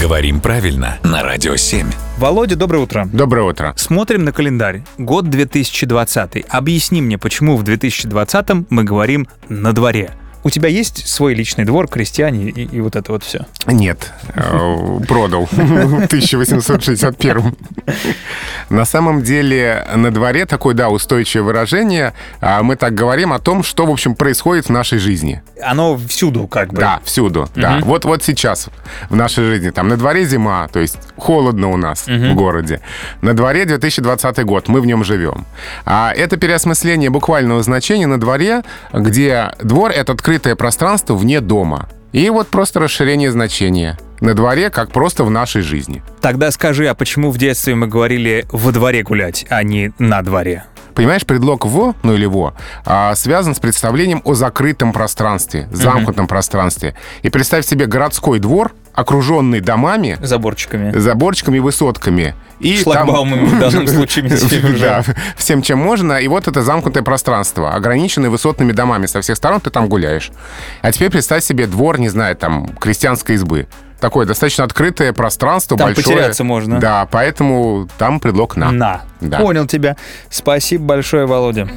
Говорим правильно на Радио 7. Володя, доброе утро. Доброе утро. Смотрим на календарь. Год 2020. Объясни мне, почему в 2020 мы говорим «на дворе». У тебя есть свой личный двор, крестьяне и, и вот это вот все? Нет, э, продал в 1861. На самом деле на дворе такое, да, устойчивое выражение. А Мы так говорим о том, что, в общем, происходит в нашей жизни. Оно всюду как бы. Да, всюду. Да. Вот, вот сейчас в нашей жизни. Там на дворе зима, то есть холодно у нас в городе. На дворе 2020 год, мы в нем живем. А это переосмысление буквального значения на дворе, где двор — это открытое пространство вне дома. И вот просто расширение значения. На дворе, как просто в нашей жизни. Тогда скажи, а почему в детстве мы говорили «во дворе гулять», а не «на дворе»? Понимаешь, предлог «в», ну или «во», а, связан с представлением о закрытом пространстве, замкнутом пространстве. И представь себе городской двор, окруженный домами, Заборчиками. заборчиками и высотками. И Шлагбаумами в данном случае мы теперь уже. Да, всем, чем можно. И вот это замкнутое пространство, ограниченное высотными домами. Со всех сторон ты там гуляешь. А теперь представь себе двор, не знаю, там, крестьянской избы. Такое достаточно открытое пространство, Там большое. потеряться можно. Да, поэтому там предлог «на». На. Да. Понял тебя. Спасибо большое, Володя.